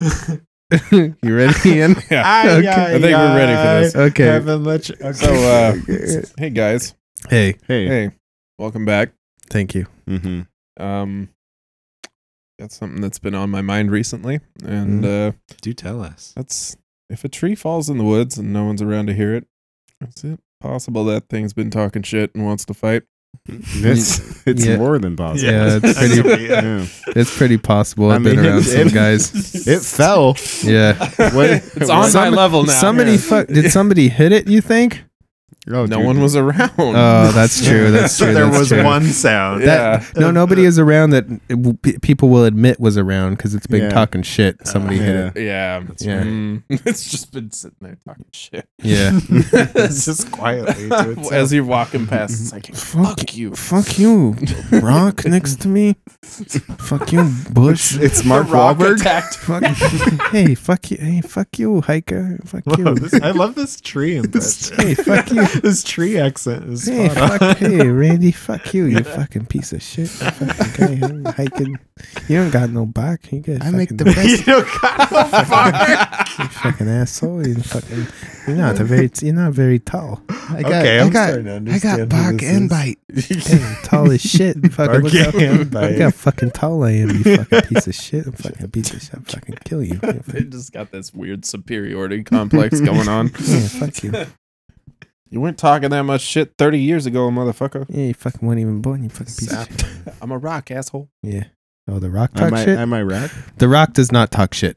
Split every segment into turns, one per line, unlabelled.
you ready, Ian?
Yeah.
Aye,
Okay.
aye,
I think we're ready for this.
Okay.
Haven't let you- okay.
So, uh, hey guys.
Hey,
hey.
Hey, welcome back.
thank you.
Mm-hmm.
Um, that's something that's been on my mind recently, and uh,
Do tell us.
that's if a tree falls in the woods and no one's around to hear it, is it possible that thing's been talking shit and wants to fight?
It's, it's
Yeah.
more than possible.
Yeah, it's pretty-
Yeah.
It's pretty possible.
I
I've been
mean,
around
it-
some
it-
guys.
It fell.
Yeah.
it's on
Some-
my level now.
Somebody fuck. Did somebody hit it? You think?
Oh,
no
dude.
one was around.
Oh, that's true. That's true.
there
that's
was
true.
one sound.
Yeah.
That, no, nobody is around that it w- pe- people will admit was around because it's been
Yeah.
talking shit. Somebody hit it.
yeah.
Yeah. right.
Mm. it's just been sitting there talking shit.
Yeah.
It's just quietly. To itself.
As you're walking past, it's like, fuck you.
Fuck you, rock next to me. Fuck you, Bush.
It's Mark
The rock
Wahlberg.
attacked.
Fuck, hey, fuck you. Hey, fuck you, hiker. Fuck
Whoa,
you.
this- I love this tree impression.
Hey, fuck you.
this tree accent is
Hey,
spot on.
fuck, hey, Randy, fuck you, you fucking piece of shit. You fucking guy, huh? hiking. You don't got no back. You got
I make the
fucking-
best.
You know, God,
You fucking asshole. You fucking. You're not a very. You're not very tall.
I got.
Okay,
I
I'm
got.
starting to
I
understand
got
who
bark
this
and
is.
bite.
Damn, tall as shit. Fucking look how,
Bargain
look how fucking tall I am. You fucking piece of shit. I'm fucking piece of shit. I'll fucking kill you.
they just got this weird superiority complex going on.
Yeah, fuck you.
You weren't talking that much shit 30 years ago, motherfucker.
Yeah, you fucking weren't even born. You fucking piece of shit.
I'm a rock, asshole.
Yeah. Oh, the Rock talk
Am I,
shit.
am I right?
the Rock does not talk shit.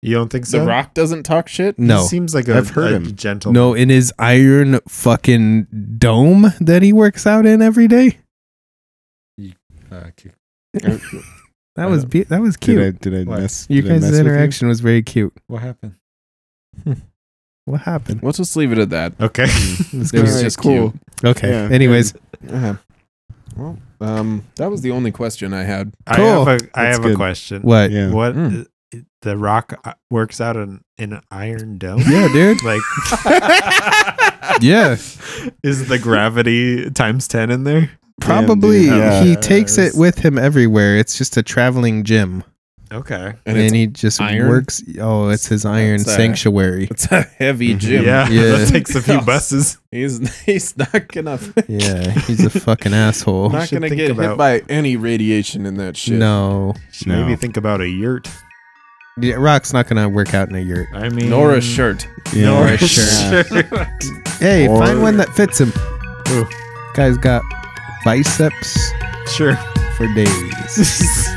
You don't think so?
The rock doesn't talk shit?
No.
He seems like a,
I've heard
a
him.
gentle.
No, in his iron fucking dome that he works out in every day. That
ah, I
was
don't-
be- that was
Did I,
cute.
did I
What?
mess?
Your
did I mess
guys'
with
interaction was very cute.
What happened?
What happened?
Let's just leave it at that.
Okay.
Let's
It
go.
was
Alright,
just
cool.
cute.
Okay.
Yeah.
Anyways,
Yeah. Well, um, that was the only question I had.
I
Cool.
have a, I
That's
have
good.
a question.
what?
Yeah.
What
Hmm.
Mm.
uh, the rock uh, works out in, in an iron dome?
Yeah, dude.
like
Yeah.
is the gravity times 10 in there?
Probably uh,
dude. Yeah.
he takes it with him everywhere. It's just a traveling gym,
Okay.
and,
And it's,
he just
iron?
works. Oh, it's his iron
It's, uh,
sanctuary.
it's a heavy gym.
Yeah,
Yeah.
That takes a few buses.
He's he's not gonna
yeah, he's a fucking asshole.
not
should
gonna
think
get hit
about-
by any radiation in that shit.
No,
Should
No.
Maybe think about a yurt.
Yeah, Rock's not gonna work out in a yurt.
I mean,
Nor a shirt.
Yeah.
Nor
Yeah.
a
Sure.
shirt.
Hey,
Or-
find one that fits him.
Ooh.
Guy's got biceps
Sure.
for days.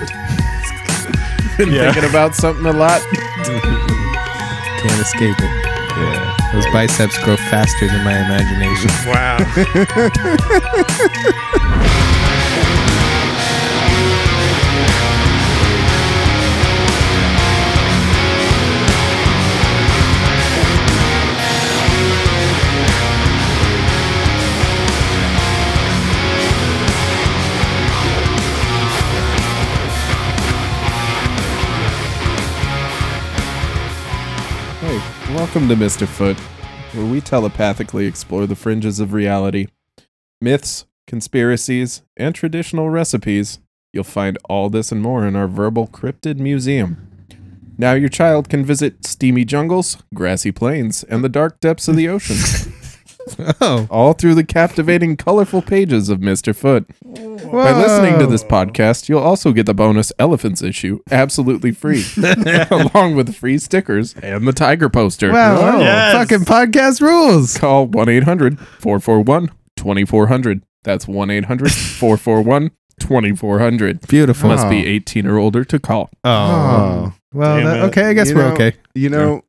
Been
Yeah.
thinking about something a lot.
Can't escape it. Those biceps grow faster than my imagination.
Wow.
Hey, welcome to Mr. Foot, where we telepathically explore the fringes of reality. Myths, conspiracies, and traditional recipes. You'll find all this and more in our verbal cryptid museum. Now your child can visit steamy jungles, grassy plains, and the dark depths of the ocean,
Oh,
all through the captivating, colorful pages of Mr. Foot. By listening
Oh.
to this podcast, you'll also get the bonus Elephants issue absolutely free, along with free stickers and the tiger poster.
Wow,
Yes.
fucking podcast rules.
Call 1 800 441 2400. That's 1 800 441 2400.
Beautiful.
Must be
Oh.
18 or older to call.
Oh,
Oh.
well,
Damn
that,
it.
okay. I guess
You
we're
know-
okay.
You know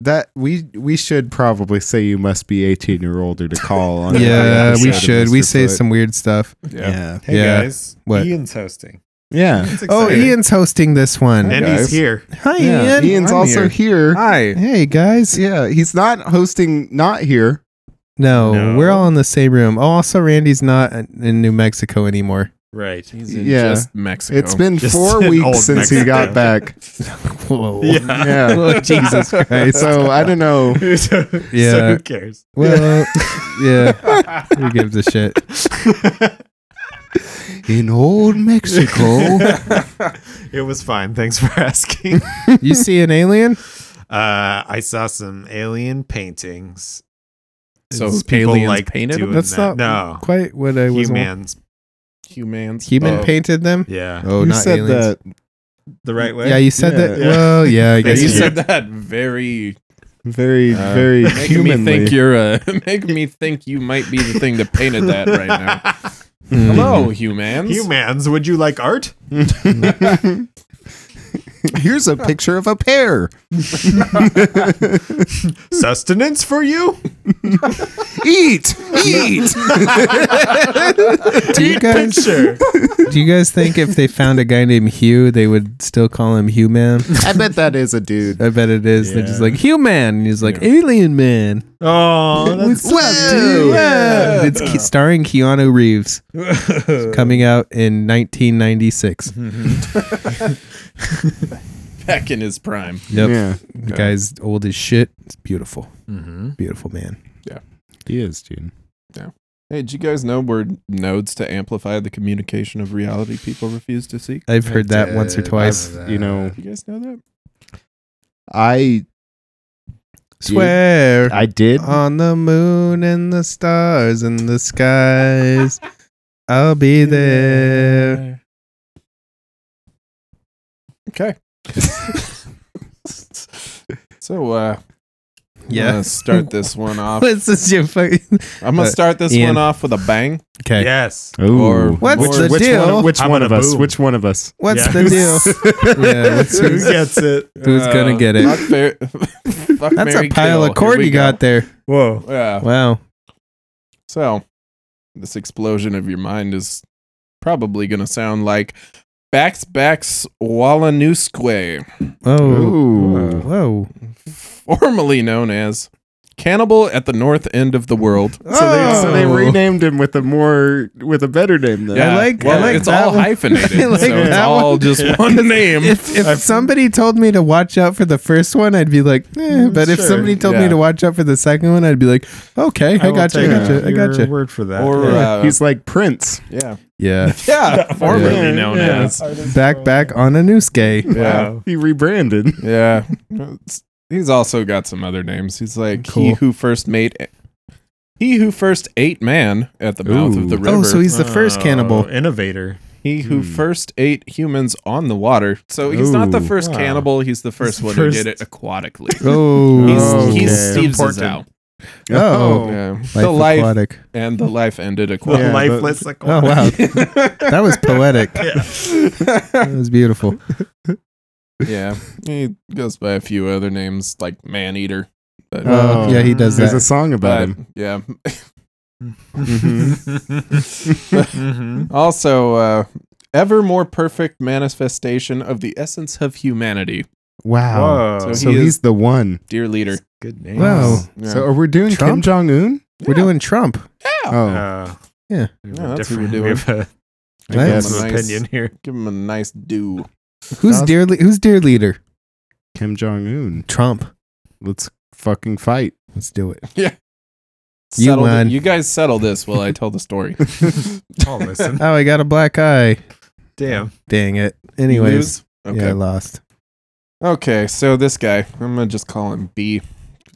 that we we should probably say you must be 18 or older to call on. every
Yeah,
episode
we
of
should. We
Mr.
say
Foot.
some weird stuff.
Yeah.
Hey, Yeah.
guys.
What?
Ian's hosting.
Yeah.
Oh, Ian's hosting this one.
And
Guys.
he's here.
Hi,
Yeah.
Ian.
Ian's
I'm
also here.
Hi.
Hey guys.
Yeah, he's not hosting not here.
No,
No.
we're all in the same room. Oh, also Randy's not in New Mexico anymore.
Right.
He's in
Yeah.
just Mexico.
It's been
Just
4
an
weeks
old
since he
Mexican.
got back.
Whoa.
Yeah.
Oh, Jesus Christ.
so I don't know.
so, yeah. so
Yeah.
who cares?
Well, yeah. Who gives a shit?
In old Mexico.
it was fine. Thanks for asking. uh,
you see an alien?
I saw some alien paintings.
So
It's people
aliens
like
painted
doing
them?
That's not
that. no
quite what I was.
humans.
Humans.
Human
Oh.
painted them.
Yeah,
Oh,
You
not
said
aliens.
that.
the right way.
Yeah, you said
Yeah.
that.
Yeah.
Well, yeah, I
Yeah,
guess
you
Basically.
said that very
Very,
Uh,
very
making me
humanly.
think you're uh making me think you might be the thing that painted that right now.
Hmm.
Mm.
Hello, humans.
Humans, would you like art?
Here's a picture of a pear.
Sustenance for you?
Eat, eat.
do you guys
Sure.
do you guys think if they found a guy named Hugh, they would still call him Hugh Man?
I bet that is a dude.
I bet it is. They're just
Yeah.
like Hugh Man, and he's like Alien Man.
Oh, that's
What's up, dude?
Yeah.
It's Ke- starring Keanu Reeves, coming out in 1996.
Back in his prime.
Yep,
Yeah,
the guy's old as shit. It's beautiful,
mm-hmm.
beautiful man.
he is, dude.
Hey, did you guys know we're nodes to amplify the communication of reality people refuse to seek?
I've heard that once or twice.
You know,
You guys know that?
I
Swear Uh,
I did.
on the moon and the stars and the skies, I'll be there.
Okay. so uh I'm
Yeah.
gonna start this one off.
What's this? Your fucking
I'm gonna
Uh,
start this
Ian.
one off with a bang.
okay.
Yes.
Ooh.
Or
What's
which-
the
which
deal?
One, which
I'm
one of
gonna
us?
boom.
Which one of us?
What's
Yeah.
the deal? yeah, what's,
Who
who's,
gets it?
who's gonna get it?
Fuck, Mar- fuck,
that's
Mary
a pile
Kill.
of cord
Here we
you
go.
got there.
Whoa.
Yeah.
Wow.
So, this explosion of your mind is probably going to sound like Bax Bax Walanusque,
Oh.
Ooh.
Whoa.
formerly known as Cannibal at the North End of the World.
So they, so they
Oh.
renamed him with a more with a better name than
Yeah. I like- I
well,
like
it's
that
all
one.
hyphenated.
I like
so it's
that
all
one.
just one name.
If, if
I've-
somebody told me to watch out for the first one, I'd be like, eh. But if
Sure.
somebody told me
Yeah.
to watch out for the second one, I'd be like, okay, I,
will
got you, I
take
got you, I
your
got you.
Word for that.
Or, uh,
He's like Prince.
yeah.
Yeah.
Yeah. Formerly
Yeah.
known
Yeah.
as.
Back, back on a noose gay.
Yeah.
Wow.
He rebranded.
Yeah. It's- he's also got some other names. He's like he
Cool.
who first made he who first ate man at the mouth of the
Ooh.
river.
Oh, so he's the first
Oh,
cannibal.
innovator.
he who
Hmm.
first ate humans on the water. So he's not the
Ooh.
first
Wow.
cannibal. He's the first
the
one
first-
who did it aquatically.
Oh.
He's,
Okay.
he's
It's
Steve's is
important.
out.
Oh.
Yeah. the life
aquatic.
and the life ended
The
Yeah,
aquatically.
lifeless. like-
Oh, wow. that was poetic. That was beautiful.
Yeah. He goes by a few other names like man eater. But,
Oh, yeah, he does
There's
that.
a song
but,
about him.
yeah.
Mm-hmm.
Mhm.
Also, uh, ever more perfect manifestation of the essence of humanity,
Wow.
Whoa.
So
So
he is-
he's the one.
dear leader.
Good name.
Wow.
Yeah.
So are we doing Kim
Trump?
Jong Un?
We're doing Trump.
Oh,
Uh,
Yeah.
we
Yeah,
have a
that's who we're
different-
doing.
We have a
I
Nice.
guess.
different
Nice.
opinion here.
Give him a nice do.
Who's
Awesome.
dear? Le- who's dear leader?
Kim Jong Un.
Trump.
Let's fucking fight.
Let's do it. You
Settle
won.
it. you guys settle this while I tell the story.
I'll listen.
Oh, I got a black eye.
Damn.
Dang it.
You
Anyways,
lose? Okay.
yeah, I lost.
Okay, so this guy, I'm gonna just call him B.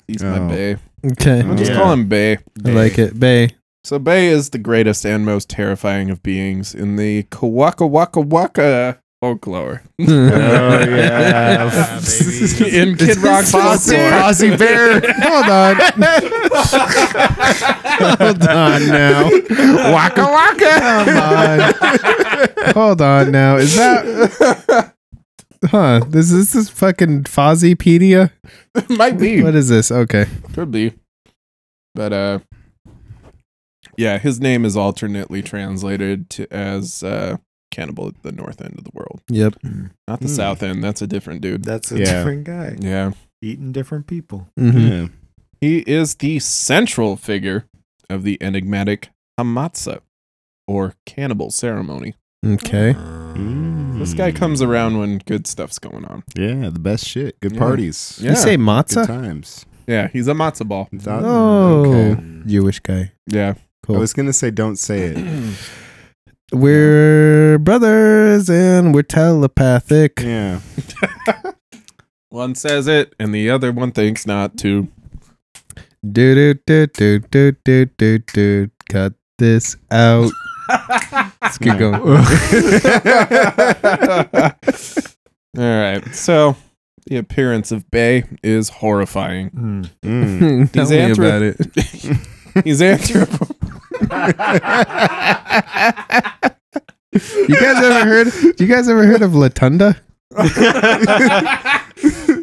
He's my
Oh.
Bay.
Okay,
I'll just
Yeah.
call him Bay.
I like it. Bay.
So Bay is the greatest and most terrifying of beings in the Kawaka Waka Waka folklore.
Oh,
yeah. Ah, baby.
in Kid Rock folklore.
Fozzie Bear. Hold on. Hold on now. Waka waka.
Come on. Hold on now. Is that huh? This is this is fucking Fozzypedia?
Might be.
What is this? Okay.
Could be. But uh yeah, his name is alternately translated to as uh cannibal at the north end of the world.
Yep.
Not the
Hmm.
south end, that's a different dude.
That's a
Yeah.
different guy.
Yeah.
Eating different people.
hmm
Yeah.
He is the central figure of the enigmatic Hamatsa or cannibal ceremony.
Okay.
Mm.
This guy
Hmm.
comes around when good stuff's going on.
Yeah, the best shit. Good
Yeah.
parties.
Yeah.
You say
Good
matzah?
times.
Yeah, he's a matzo ball.
Thought-
Oh.
okay.
Jewish guy.
Yeah.
I
Cool.
was gonna say, don't say it.
We're brothers and we're telepathic.
Yeah.
One says it, and the other one thinks not to.
Do do do do do do do do. Cut this out. Let's keep
No.
going.
All right. So the appearance of Bay is horrifying.
Mm.
Mm.
Tell
These
me
anthrop-
about it.
He's anthropomorphic.
You guys ever heard? You guys ever heard of Latunda?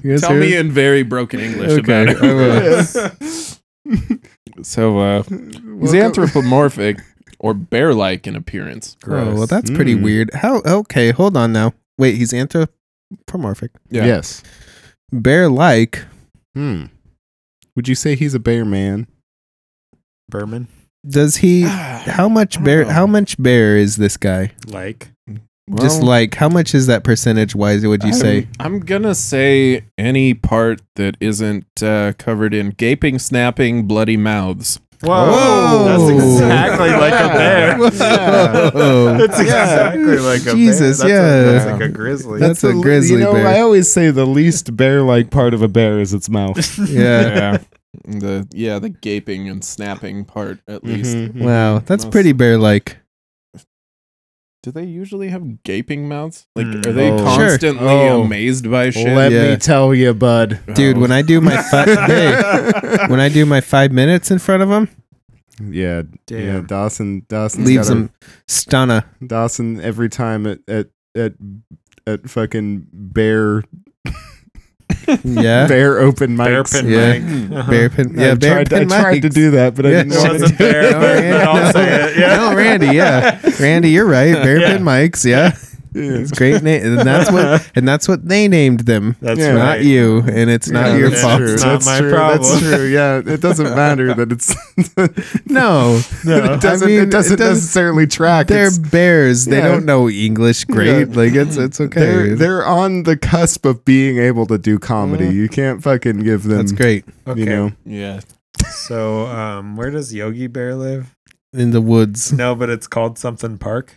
You guys
Tell
heard
me
of-
in very broken English
Okay, Oh,
about
I will.
it. so uh, he's anthropomorphic or bear-like in appearance.
Oh, well,
Gross.
that's pretty
Hmm.
Mm.
weird. How? Okay, hold on now. Wait, he's anthropomorphic.
Yeah.
Yes.
Bear-like.
Hmm. Would you say he's a bear man?
Berman.
Does he?
Ah,
How much bear?
Oh.
How much bear is this guy?
Like.
Just
Well,
like how much is that percentage wise? Would you
I'm-
say?
I'm gonna say any part that isn't uh, covered in gaping, snapping, bloody mouths.
Whoa.
Whoa.
That's exactly like a bear.
Yeah.
Oh.
That's exactly like a
Jesus,
bear.
yeah.
That's, a, that's like a grizzly.
That's a
the-
grizzly
You know,
bear.
I always say the least bear-like part of a bear is its mouth.
Yeah.
Yeah, the yeah the gaping and snapping part at least.
Mm-hmm.
Mhm.
Wow, that's
Most-
pretty bear-like.
Do they usually have gaping mouths? Like,
Mm.
are they
Oh. Sure.
constantly
Oh.
amazed by shit?
Let
Yeah.
me tell you, bud.
Dude, when I do my fi- hey, when I do my five minutes in front of him,
Yeah, yeah.
Damn.
Dawson, Dawson
leaves him stunner.
Dawson every time at at at, at fucking bear
Yeah,
bear open
Bear
mics.
pin
Yeah.
mic.
bear pin. Yeah,
I
bear
tried,
pin
I tried to
mics.
do that, but I
Yeah.
didn't
It
want to
wasn't
do
bear,
No,
but I'll
no.
say it. Yeah.
Oh, No, Randy. Yeah, Randy, you're right. Bear
Yeah.
pin mics. Yeah, it's great name, and that's what and that's what they named them.
That's
Yeah.
Not
right.
you, and it's not
Yeah,
your
that's
fault.
true. It's not
That's
my
true. That's
problem.
true. Yeah, it doesn't matter that it's.
No,
it doesn't.
mean,
it doesn't
it does-
necessarily track.
they're
It's-
bears. They
Yeah.
don't know English great.
Yeah.
Like it's it's okay.
They're they're on the cusp of being able to do comedy. You can't fucking give them.
Mm-hmm. that's great.
Okay.
You know.
yeah,
So, um, where does Yogi Bear live?
In the woods,
No, but it's called something park.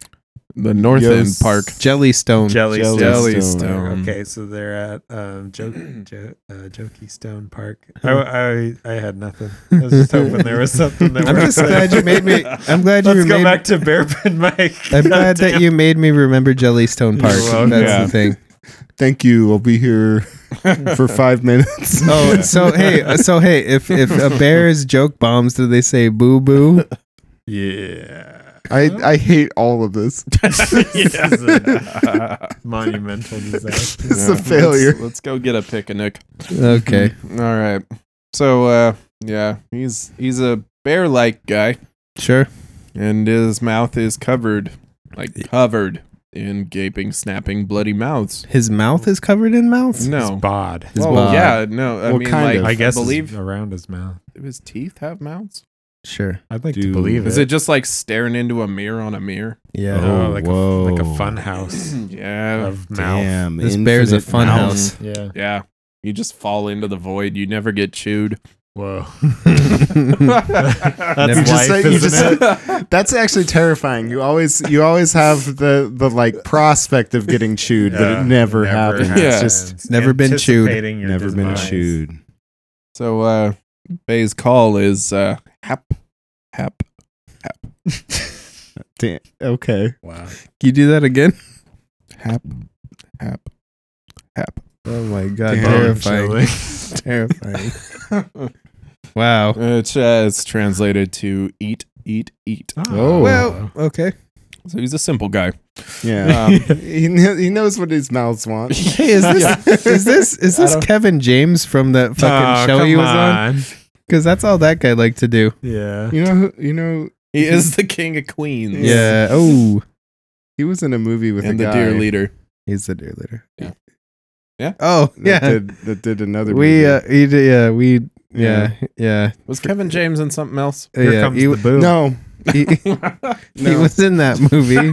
the North
Yo,
End
s-
Park.
Jellystone.
Jellystone.
Jellystone.
Okay, so they're at um, jo- jo- uh, Jokey Stone Park. I, I I had nothing. I was just hoping there was something that.
I'm
worked
just
out.
glad you made me. I'm glad you
Let's
made.
go back to Bearpin Mike.
I'm glad that you made me remember Jellystone Park.
welcome.
That's
Yeah.
the thing.
Thank you. I'll be here for five minutes.
Oh, so hey, so hey, if if a bear's joke bombs, do they say boo boo?
Yeah.
I I hate all of this.
Yes, a monumental disaster.
It's a failure.
Let's, let's go get a picnic.
Okay,
All right. So uh, yeah, he's he's a bear-like guy,
sure.
and his mouth is covered, like covered in gaping, snapping, bloody mouths.
His mouth is covered in mouth.
No.
bod.
His
Well,
bod.
yeah, no. I
Well,
mean,
kind
like,
of.
I
I guess
believe
believe around his mouth.
do his teeth have mouths.
Sure.
I'd like
Dude.
to believe it.
Is it just like staring into a mirror on a mirror?
Yeah.
Oh, like
whoa.
a like a fun house
yeah,
of mouth?
This bear's a fun
mouth.
house.
Yeah.
yeah. You just fall into the void. You never get chewed.
Whoa.
You just
That's life,
said- you
isn't
just
it?
That's actually terrifying. You always you always have the the like prospect of getting chewed, but
Yeah.
it never, happens.
happens.
It's
Yeah.
just
Never been chewed.
Anticipating your
never been
demise.
chewed.
So uh Bay's call is uh hap hap hap
Da- okay.
Wow.
You do that again?
hap hap hap.
Oh my god!
Damn.
Terrifying. terrifying. Wow.
Which uh, is translated to eat eat eat.
Oh.
Ah. Well, uh, okay.
So he's a simple guy.
Yeah.
Um,
he, kn- he knows what his mouths want.
Hey, is
Um,
this is this is this Kevin James from
Ah,
that
Oh,
fucking show he was on? Because that's all that guy liked to do.
Yeah.
You know who- you know
he is the king of queens.
Yeah. Oh,
he was in a movie with
and
a
the
guy
deer leader.
he's the deer leader.
Yeah. Yeah.
Oh,
that
yeah.
did that did another
we
movie.
uh, he did, yeah, we yeah, yeah.
Was Kevin James in something else?
yeah.
Here comes
he,
the boom.
no,
he, he
no.
was in that movie.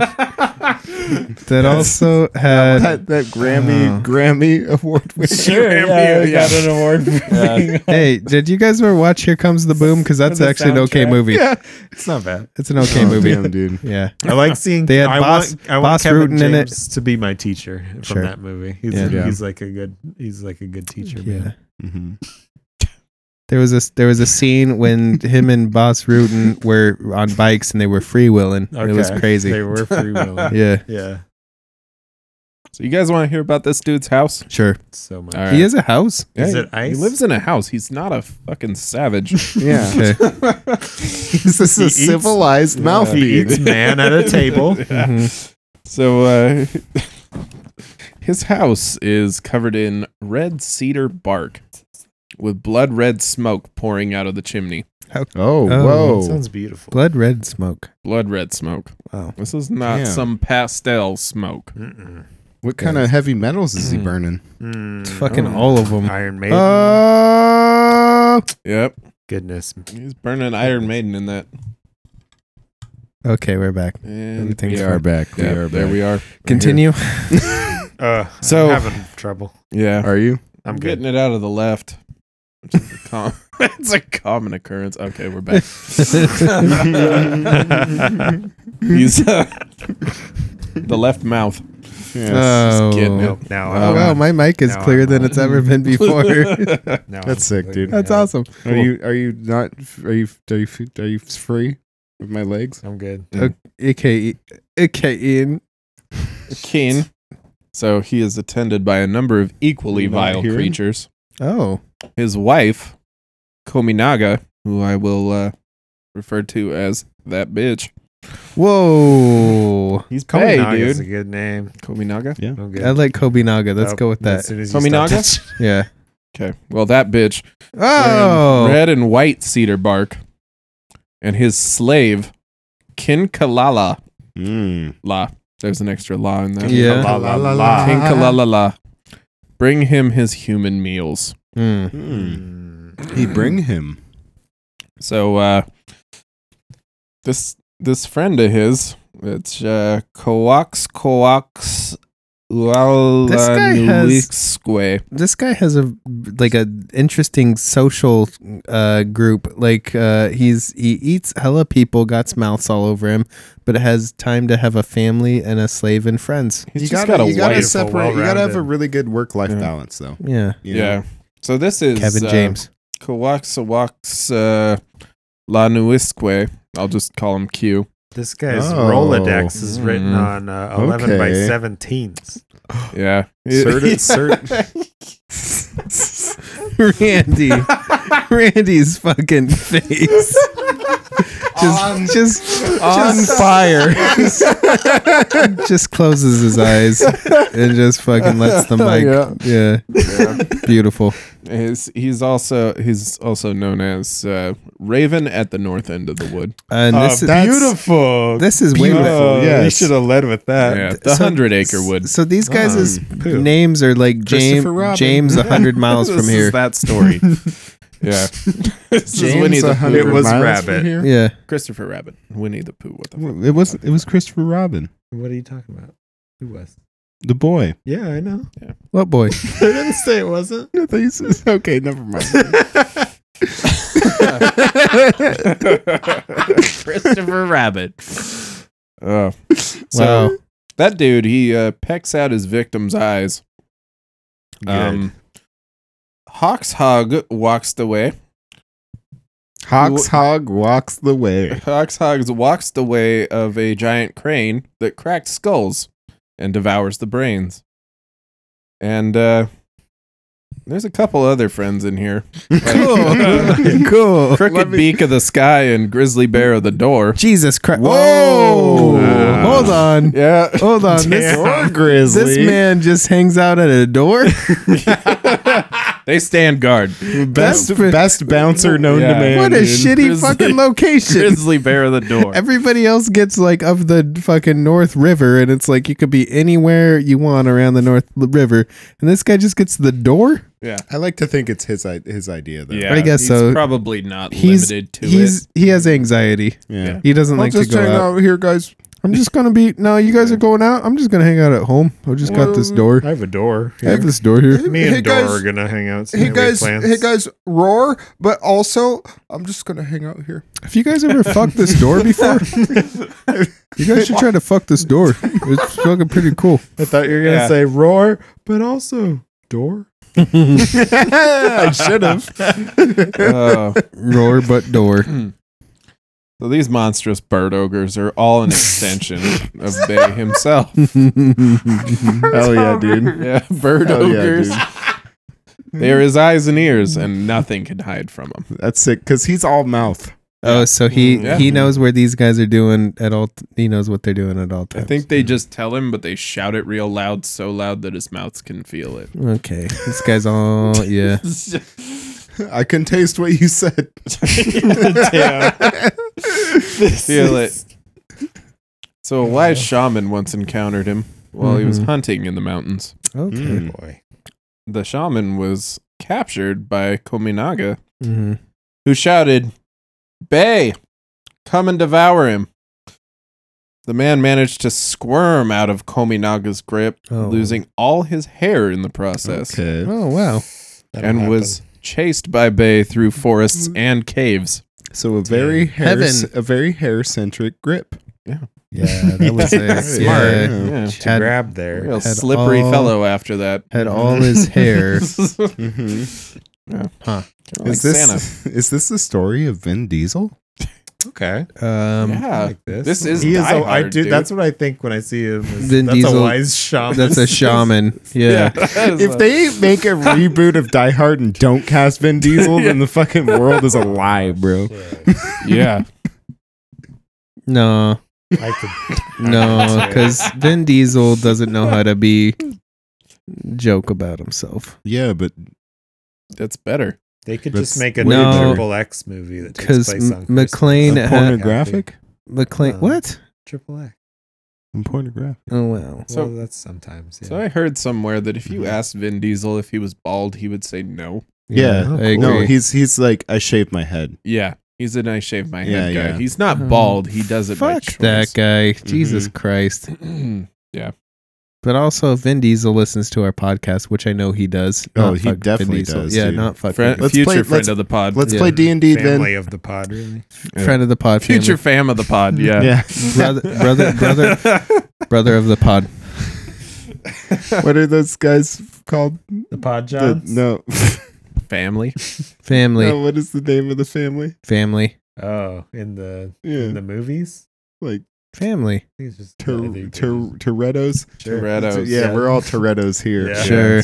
that also had
that, that Grammy
Oh.
Grammy award winning.
Sure, yeah, I got an award for
Yeah.
being
Hey, did you guys ever watch Here Comes the Boom? Because that's
The
actually an okay
soundtrack?
movie.
Yeah,
It's not bad.
It's an okay
Oh,
movie.
damn, dude.
Yeah.
I like seeing.
They had
I
Boss-
want, I want
Boss
Kevin
Rutan in it.
James to be my teacher from
Sure.
that movie. He's,
Yeah.
Yeah.
he's like a good. He's like a good teacher.
Yeah.
Man.
hmm
There was a there was a scene when him and Boss Rutan were on bikes and they were freewheeling. It was
Okay.
crazy.
They were free willing.
Yeah.
yeah,
So you guys want to hear about this dude's house?
Sure.
so much.
All right.
He has a house.
Is
Yeah,
it
he-
ice?
He lives in a house. He's not a fucking savage.
Yeah.
Okay.
This is
He
a
eats-
civilized mouth
He eats
feed.
man at a table.
Yeah.
Mhm.
So uh, his house is covered in red cedar bark with blood red smoke pouring out of the chimney.
Oh,
Oh,
whoa.
Sounds beautiful.
Blood red smoke.
Blood red smoke.
Wow.
This is not
Damn.
some pastel smoke.
Mm-mm.
what kind of heavy metals is he
Mm.
burning?
Mm.
It's fucking
Oh.
all of them. Uh,
Iron Maiden.
Oh.
Yep.
Goodness.
He's burning Iron Maiden in that.
Okay, we're back.
And
Everything's
we
fine.
are.
back.
Yeah, there we are.
Continue.
Uh,
Oh.
So-
I'm having trouble.
Yeah.
Are you?
I'm good.
getting it out of the left. Which is a com- it's a common occurrence. Okay, we're back. He's uh, the left mouth.
Yes.
Oh.
kidding.
oh
Nope. Now,
Oh,
I'm-
wow, my mic is
Um, Now
clearer
I'm
than
on.
it's ever been before.
now I'm
That's sick, dude.
That's
Yeah.
awesome.
Are you? Are you not? Are you? Are you? Are you free with my legs?
I'm good.
Okay, okay, Ian.
Keen. So he is attended by a number of equally
You not
vile
hearing?
creatures.
Oh,
His wife, Kominaga, who I will uh, refer to as that bitch.
whoa!
He's
Kobe
paid,
Naga's
dude.
a good name.
Kominaga.
I'm good.
I like Kobe Naga. Let's
Nope.
go with
As
that.
soon as you
Tommy
start
Naga?
touching-
Yeah.
Okay. Well, that bitch.
Oh,
wearing red and white cedar bark, and his slave Kinkalala
Mm.
la. There's an extra la in there.
Yeah.
La, la, la, la.
Kinkalala la. Bring him his human meals.
Mm.
Mm.
Mm.
He bring him.
So uh, this this friend of his, it's uh, Coax Coax.
This guy has-
Ualanuixque.
This guy has a like a interesting social uh, group. Like uh, he's he eats hella people, got mouths all over him, but has time to have a family and a slave and friends.
He's just got a
you
wife.
gotta
Beautiful,
separate. You gotta have a
well-rounded.
really good work life
Yeah.
balance, though.
Yeah,
you know?
Yeah. So this is
Kevin
uh,
James.
Kawaxawax uh, Lanuisque. I'll just call him Q.
This guy's
Oh.
Rolodex is written
Mm.
on uh, 11 by
Okay.
17s.
Yeah.
Certi-
Randy, Randy's fucking face. Just,
On-
just
on
just-
fire.
just closes his eyes and just fucking lets the mic.
Yeah.
Yeah, beautiful.
He's, he's also he's also known as uh, Raven at the north end of the wood.
And this is
Oh, beautiful.
this is way
Uh, Beautiful.
better.
Oh,
They
yes.
should have led with that.
yeah, the
Uh, so-
hundred acre wood.
So these guys'
Pooh.
names are like
Christopher Robin.
James James a hundred miles
This
from
is
here.
that story. yeah. this is Winnie the Pooh.
100
It was
miles from
Rabbit.
here?
Yeah.
Christopher Rabbit. Winnie the Pooh. What the fuck?
It was. It was Christopher Robin,
What are you talking about? Who was?
the boy.
Yeah, I know.
What boy?
I didn't say it wasn't.
okay, never mind.
Christopher Rabbit. Oh. So
Wow.
that dude, he uh, pecks out his victim's eyes. Um, Hawkshog walks away.
Hawks Hog walks the way.
Hawkshogs walks the way of a giant crane that cracked skulls and devours the brains. And uh, there's a couple other friends in here.
Cool. Oh, cool.
Crooked Beak of the Sky and Grizzly Bear of the Door.
Jesus Christ.
Whoa.
Whoa.
Ah.
Hold on.
Yeah.
Hold on. This,
Or Grizzly.
this man just hangs out at a door.
they stand guard.
best
That's pre-
best bouncer known
Yeah.
to man.
what a
dude.
shitty
Grizzly-
fucking location.
Grizzly Bear of the Door.
Everybody else gets like of the fucking North River, and it's like you could be anywhere you want around the North L- River, and this guy just gets the door.
yeah.
I like to think it's his i- his idea though.
I guess
he's
so.
Probably not
He's
limited to
he's
it.
he has anxiety.
Yeah.
He doesn't like to go out.
here, guys.
I'm just gonna be. No, you guys are going out. I'm just gonna hang out at home. I just got this door.
I have a door.
I have this door here.
Me and
Hey,
Dora
guys.
are gonna hang out.
Hey guys,
plans.
hey guys, roar! But also, I'm just gonna hang out here.
Have you guys ever fucked this door before? you guys should try to fuck this door. It's fucking pretty cool.
I thought you were gonna
Yeah.
say roar, but also door.
I should have.
Oh.
Roar but door.
So these monstrous bird ogres are all an extension of Bay himself.
Hell yeah, dude.
Yeah, bird
Hell yeah,
ogres.
dude.
they are his eyes and ears, and nothing can hide from them.
That's sick because he's all mouth.
Oh, so he
Mm, Yeah.
he knows where these guys are doing at all. T- he knows what they're doing at all
I
times.
think they just tell him, but they shout it real loud, so loud that his mouths can feel it.
Okay, this guy's all yeah.
I can taste what you said.
feel it. So a wise shaman once encountered him while he was
Mm-hmm.
Mhm.
hunting in the mountains.
Okay.
boy.
The shaman was captured by Kominaga,
Mhm.
who shouted, Bay, come and devour him. The man managed to squirm out of Kominaga's grip,
Oh.
losing all his hair in the process,
Okay.
Oh wow.
and was chased by Bay through forests and caves.
So a very hair,
Heaven.
a very hair centric grip.
Yeah, that was
Yeah.
a,
Smart.
Yeah.
Oh,
Yeah.
She
Had-
grabbed there.
Real
Had
slippery
all-
fellow after that.
Had all his hair.
Mhm.
Huh.
Kinda
Is
like Santa.
this is this the story of Vin Diesel?
Okay.
Um,
yeah.
like this.
this is
he is.
Die
a- I
Hard,
do.
dude.
That's what I think when I see him. Is,
Vin
that's
Diesel-
a wise shaman.
That's a shaman. Yeah.
If they make a reboot of Die Hard and don't cast Vin Diesel, then the fucking world is a lie, bro.
yeah,
No,
I could.
no, because Vin Diesel doesn't know how to be joke about himself.
Yeah, but
that's better.
They could
That's
just make a
way
new
better.
Triple X movie that takes
Because
place on Christmas.
McLean,
I'm
ha-
porno- pornographic?
McLean,
Uh,
Um,
what?
Triple X.
I'm pornographic.
Oh wow.
So-
So that's sometimes. Yeah.
So I heard somewhere that if you asked Vin Diesel if he was bald, he would say no.
Yeah.
I
Oh,
agree.
cool.
No, he's he's like I shaved my head.
Yeah, he's a nice shave my head
Yeah,
guy.
yeah.
He's
Uh-huh.
not bald. He does it by
Uh, Fuck
choice.
that guy.
Mm-hmm.
Jesus Christ. But also, if Vin Diesel listens to our podcast, which I know he does.
Oh,
not
he
fuck Vin
definitely
Diesel.
does,
Yeah,
dude.
not fuck
Friend,
Vin-
Let's
future
play-
friend
let's-
of the pod.
Let's
Yeah.
play D and D
Family
then.
of the pod, really.
friend of the pod. family.
future fam of the pod. Yeah.
Yeah.
brother, brother, brother, brother of the pod.
what are those guys called?
The pod
The,
Johns.
no.
Family.
Family,
no, what is the name of the family?
family,
Oh, in the in
Yeah,
the movies.
like
family.
I think it's just. I
Tur-
think it's
Tur-
just-
Toretto's.
Sure.
Toretto's.
Yeah, we're all Toretto's here.
Yeah.
Sure.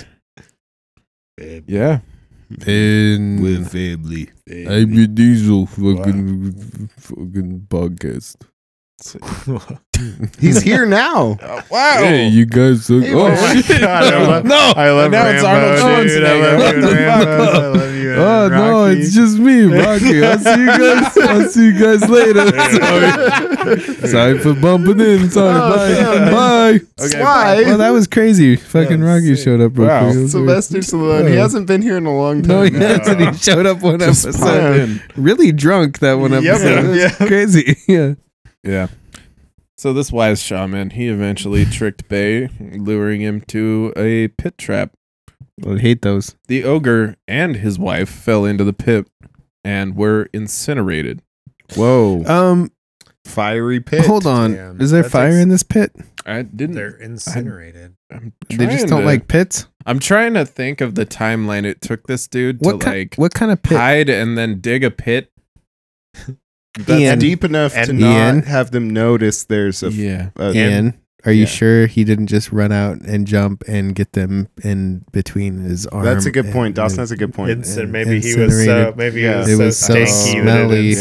Babe,
Yeah.
In
family.
babe.
Vin Diesel,
fucking-
fucking podcast.
He's here now.
Uh, wow.
you guys. Look,
Hey, oh,
my shit. God, I love-
no.
I love
now it's
Rambo,
Arnold
dude. I
Schwarzenegger.
love
What
you,
the
and
fuck?
Rambo. I love you. and Rocky.
Oh, just me,
Rocky. I'll see you guys- I'll
see you guys later.
Sorry.
Sorry for bumping in. Sorry.
Oh,
bye.
damn.
Bye.
Okay,
Why?
Well, that was crazy. Fucking
Yeah,
Rocky
sick.
showed up real
Wow.
quick. It was
Sylvester Stallone. He
Oh.
Yeah.
hasn't been here in a
weird.
long time.
No, he
now.
hasn't. He showed up one
Just
episode. Really drunk that one
Yep.
episode.
Yeah.
That's Crazy. Yeah.
Yeah. So this wise shaman, he eventually tricked Bay, luring him to a pit trap.
I hate those.
The ogre and his wife fell into the pit and were incinerated.
Whoa.
Um,
Fiery pit.
hold on.
Damn.
Is there
That's
fire
ex-
in this pit?
I didn't.
They're incinerated.
I'm
They just
trying
don't
to-
like pits.
I'm trying to think of the timeline it took this dude
What
to
kind?
like
what kind of pit?
hide and then dig a pit.
That's
Ian.
deep enough to
And
Ian.
not have them notice there's a. uh,
yeah.
a-
Ian, are you
Yeah.
sure he didn't just run out and jump and get them in between his arm?
That's a good
and-
point, Dawson. That's a good point.
Incin-
and
maybe he was so.
incinerated.
Maybe
Yeah.
he
It
was
was so
so stanky that
smelly.
it
Yeah, they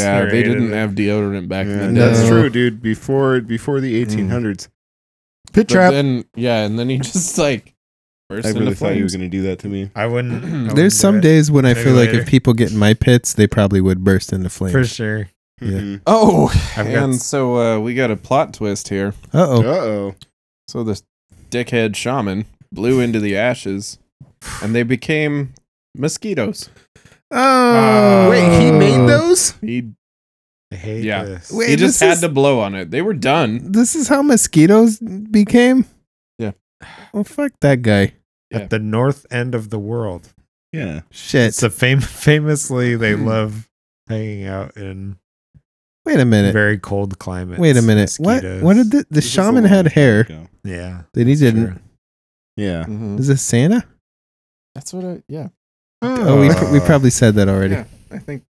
incinerated
didn't
it.
have deodorant back
Yeah,
then.
No. Mm.
That's true, dude. Before before the 1800s. Pit
But
trap.
then, yeah, and then he just like burst
I really
into
thought you were
flames.
going to do that to me.
I wouldn't. I wouldn't
There's
do
some
it.
days when I
Maybe
feel like
later.
if people get in my pits, they probably would burst into flames.
for sure.
Yeah.
Mhm.
Oh,
I've got
and
s-
so uh, we got a plot twist here.
Uh oh.
Uh-oh.
So this dickhead shaman blew into the ashes, and they became mosquitoes. Uh,
Oh.
Oh.
Wait, he made those?
He
I hate
Yeah.
this.
Wait.
he
this
just had
is-
to blow on it. They were done.
This is how mosquitoes became.
Yeah.
Well, fuck that guy.
Yeah.
At the north end of the world.
Yeah.
Shit.
It's a fam- famously they
Hmm.
love hanging out in
Wait a minute.
very cold climates.
Wait a minute. What? What did the, the shaman had hair
the- Yeah.
that he didn't?
sure.
Yeah.
Mm-hmm.
Is this Santa?
That's what I. Yeah,
Oh, we, pr-
Uh,
we probably said that already.
Yeah. I think.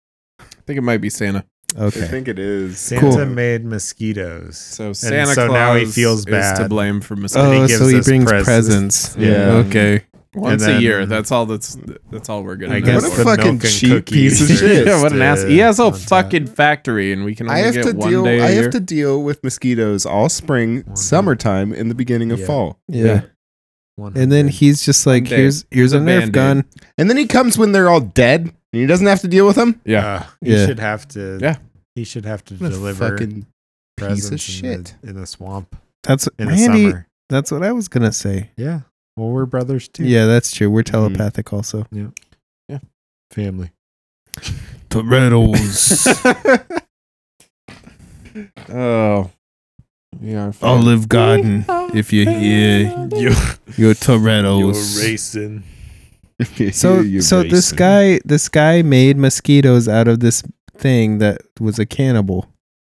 I think it might be Santa.
I
Okay.
think it is.
Santa
Cool.
made mosquitoes.
So Santa
so
Claus
now he feels
is to
bad.
blame for mistakes.
Oh,
gives
so he
us
brings presents.
presents.
Yeah.
Okay.
Once
then-
a year. That's all. That's that's all we're gonna.
I
do.
guess
What a
the
fucking
milk and
cheap
cookies
piece of
are
shit.
yeah, what an
just,
ass.
uh,
He has a
on top.
fucking factory, and we can
I
only
have
get
to
one
deal.
day. a
I
year.
have to deal with mosquitoes all spring,
One day.
summertime, and the beginning of
Yeah.
fall.
Yeah.
Yeah.
And then he's just like,
One day.
here's here's a
Here's a
Nerf
Band-Aid.
gun.
And then he comes when they're all dead, and he doesn't have to deal with them.
Yeah,
Uh, he
Yeah.
should have to.
Yeah.
He should have to
What a
deliver
fucking piece
presents
of
in the-
shit.
in the swamp
That's
in the
Randy.
summer.
That's what I was gonna say.
Yeah. Well, we're brothers too.
Yeah, that's true. We're telepathic also.
Family.
Tomatoes,
oh,
Oh,
yeah.
Garden. If you hear
You,
your
You're
tomatoes,
racing.
so so this guy this guy made mosquitoes out of this thing that was a cannibal.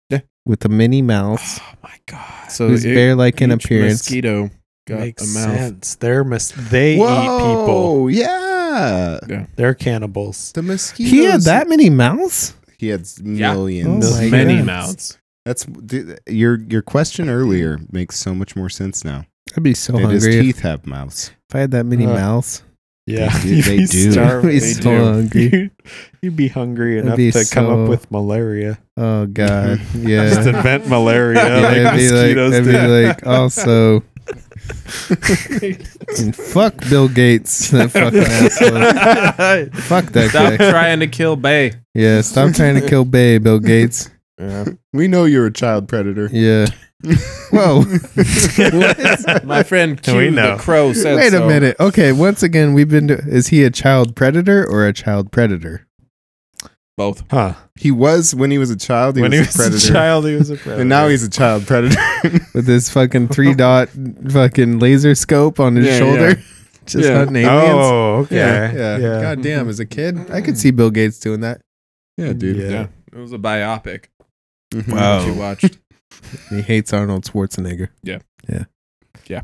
Yeah.
With a mini mouse,
Oh my god. So
who's
it-
bear like in
each
appearance.
Mosquito got
Makes
a mouth.
sense. They're mis- they eat people.
Whoa, yeah.
They're cannibals.
The mosquitoes.
He had that many mouths?
He had
Yeah.
millions.
Oh my
many
God.
mouths.
That's d- your your question earlier makes so much more sense now.
I'd be so
That his
hungry if,
teeth have mouths.
if I had that many
Uh,
mouths.
Yeah.
do-
You'd
they
be
I'd
do.
be
starving.
They
so
do.
hungry.
You- You'd be hungry
That'd
enough
be
to come
so-
up with malaria.
Oh god.
Just
Yeah.
invent malaria
Yeah,
like
I'd be like,
mosquitoes
I'd be
did.
like, also, and fuck Bill Gates, that fucking asshole. Fuck that
Stop
guy.
trying to kill Bay.
Yeah, stop trying to kill Bay, Bill Gates.
We know you're a child predator.
Yeah. Whoa.
My friend Q
We
the
know.
Crow said
Wait a
so.
minute. Okay, once again, we've been. To, is he a child predator or a child predator?
Both.
huh?
He was when he was a child. He
when he
was
was
a predator,
a child, he was a predator.
and now he's a child predator.
with his fucking three dot fucking laser scope on his
Yeah,
shoulder, just
Yeah.
hunting aliens.
oh, okay.
yeah,
yeah,
yeah, God damn, as a kid, I could see Bill Gates doing that.
yeah, dude.
Yeah.
Yeah. It was a biopic.
Mhm.
Wow.
Oh,
That you watched.
He hates Arnold Schwarzenegger.
Yeah.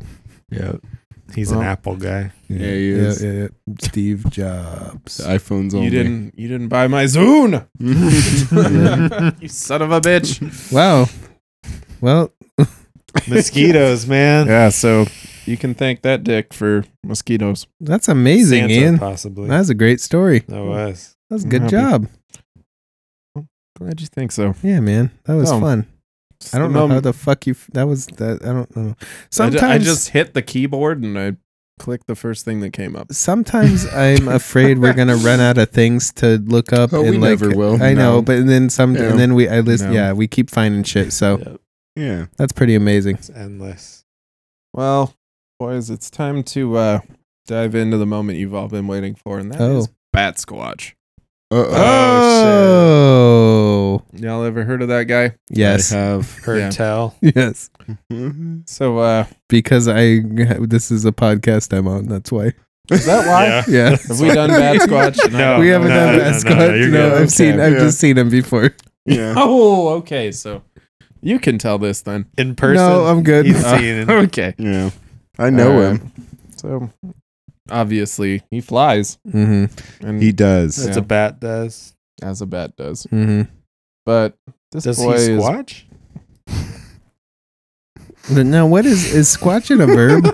He's
Well.
an Apple guy.
Yeah,
he is.
yeah, yeah. Steve Jobs.
The iPhones only.
you didn't you didn't buy my Zune. you son of a bitch.
Wow. Well,
Mosquitoes, man.
Yeah, so you can thank that dick for mosquitoes.
that's amazing,
Santa,
Ian.
possibly.
That was a great story.
that was.
That was a
I'm
good
happy.
job.
Glad you think so.
Yeah, man. That was
Oh.
fun. I don't
The
know
mom-
how the fuck you. F- that was that. I don't know.
I ju-
Sometimes
I just hit the keyboard and I clicked the first thing that came up.
sometimes I'm afraid we're gonna run out of things to look up.
Oh,
and
we
like,
never will.
I know,
No.
but then some,
Yeah.
and then we I list.
No.
Yeah, we keep finding shit. So
Yeah.
Yeah.
that's pretty amazing.
It's endless.
Well, boys, it's time to uh, dive into the moment you've all been waiting for, and that is
Oh.
Bat Squatch.
Uh
Oh,
Oh,
Y'all ever heard of that guy?
yes,
I have.
Her
Yeah.
tell.
yes.
So, uh,
Because I this is a podcast I'm on. That's why.
is that why?
Yeah.
Yeah.
Have we done Bat Squatch?
No.
we haven't
no,
done
no,
Bat
no, no,
Squatch.
you're
No,
good.
I've
Okay.
seen. I've
Yeah.
just seen him before.
yeah.
Oh, okay. So you can tell this then.
In person.
No, I'm good.
He's
Uh,
seen.
Okay.
Yeah. I know
Uh,
him.
So obviously he flies,
mm-hmm.
and
He does.
That's
Yeah.
a bat does.
as a bat does.
Mm-hmm.
But this
Does
boy
he
is
squatch?
Now, what is is squatching a verb?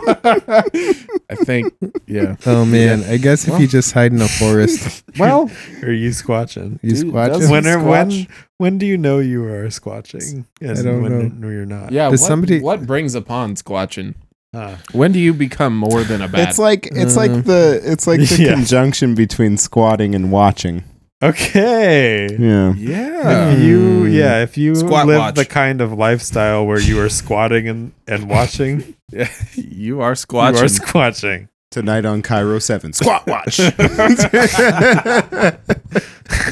I think. Yeah.
Oh man, I guess if
Well-
you just hide in a forest,
Well,
Are you squatching?
you
Dude,
squatch.
does-
it?
When are, when
squatch?
when do you know you are squatching? Yes,
I don't
when know. you're not. Ah.
yeah.
Does
what,
somebody-
What brings upon squatching?
Huh.
When do you become more than a bat?
It's like it's
Uh,
like the it's like the
Yeah.
conjunction between squatting and watching.
Okay.
Yeah.
yeah.
If
Hmm.
you yeah, if you
Squat
live
watch.
the kind of lifestyle where you are squatting and, and watching,
you are
you are
squatching.
squatching.
Tonight on Cairo Seven. Squat watch.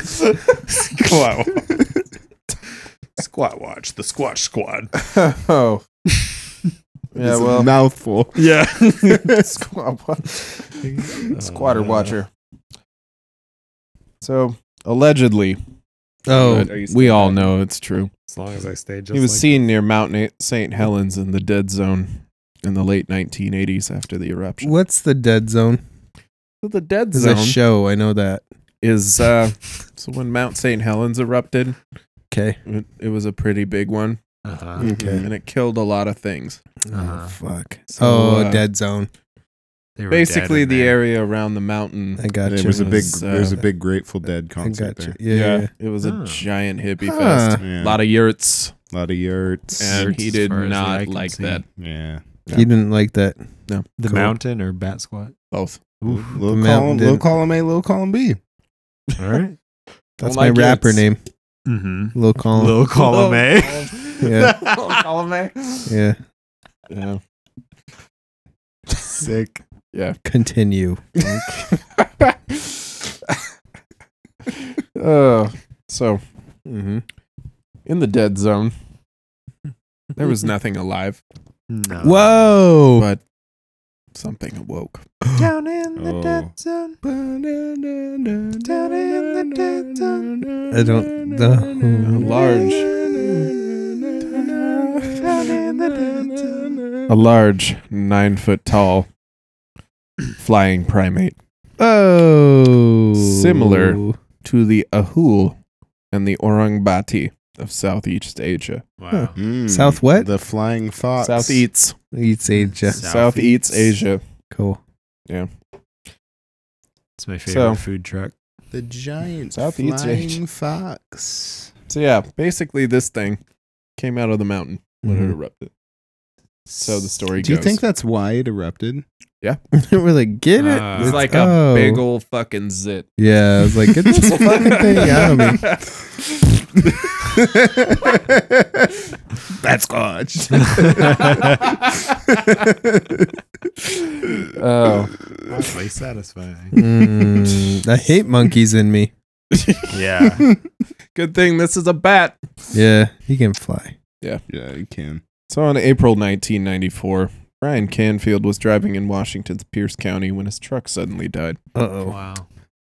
Squat.
Squat Watch, the Squatch Squad.
oh. yeah,
It's a
well,
mouthful.
Yeah.
Squat watch. Squatter Watcher. So, allegedly,
Oh,
but we all know it's true.
As long as I stay just
he was
like
seen near Mount Na- St. Helens in the dead zone in the late 1980s after the eruption.
what's the dead zone?
the dead
This is a show. I know that.
is uh, so when Mount St. Helens erupted,
Okay.
it, it was a pretty big one
Uh-huh.
and it killed a lot of things.
Uh-huh.
fuck.
So,
oh,
uh,
dead zone.
They were dead
Basically,
in
the
there.
area around the mountain.
I got
It
you.
was a big,
was,
it was a
uh,
big Grateful Dead
I
concert
got you. Yeah.
there.
yeah. yeah.
It was a
Oh.
giant hippie
Huh.
fest.
Yeah,
A lot of yurts.
a lot of yurts.
And he
Yurts,
did
as far as the
not
eye can
like
see.
that.
yeah,
He didn't like that.
The
Cool.
mountain or bat squat.
Both.
Ooh, little
Mountain
column,
Dew.
little column A, little column B.
All right.
That's
Well,
my
like
rapper
it's-
name,
Mm-hmm.
Lil Colin.
Little column A.
Yeah. yeah.
Yeah.
Sick.
Continue.
Oh. So,
Mm-hmm.
in the dead zone, there was nothing alive,
No.
Whoa.
Oh.
but something awoke.
Down in the
Oh.
dead zone. Down in the dead zone.
Oh, I don't
A
know.
A large, nine foot tall flying primate
Oh.
Similar. to the Ahul and the Orangbati of Southeast Asia.
Wow.
Mm,
South what?
The flying fox.
Southeast.
Eats Asia.
Southeats.
Southeast Asia.
Cool.
It's my
So-
favorite food truck.
The giant
Southeast
flying
Asia.
fox.
So, yeah, basically, this thing came out of the mountain when it
Mhm.
erupted. So the story
Do you
goes.
think that's why it erupted?
We're like, get it.
Uh,
It was
It's
like
oh.
a big old fucking zit.
Yeah, I was like, get this fucking thing out of me.
Bat squatch.
Oh.
Awfully satisfying.
Mm, I hate monkeys in me.
Yeah.
Good thing this is a bat.
Yeah, he can fly.
yeah, you can.
So on April 1994, Ryan Canfield was driving in Washington's Pierce County when his truck suddenly died.
Uh oh.
Wow.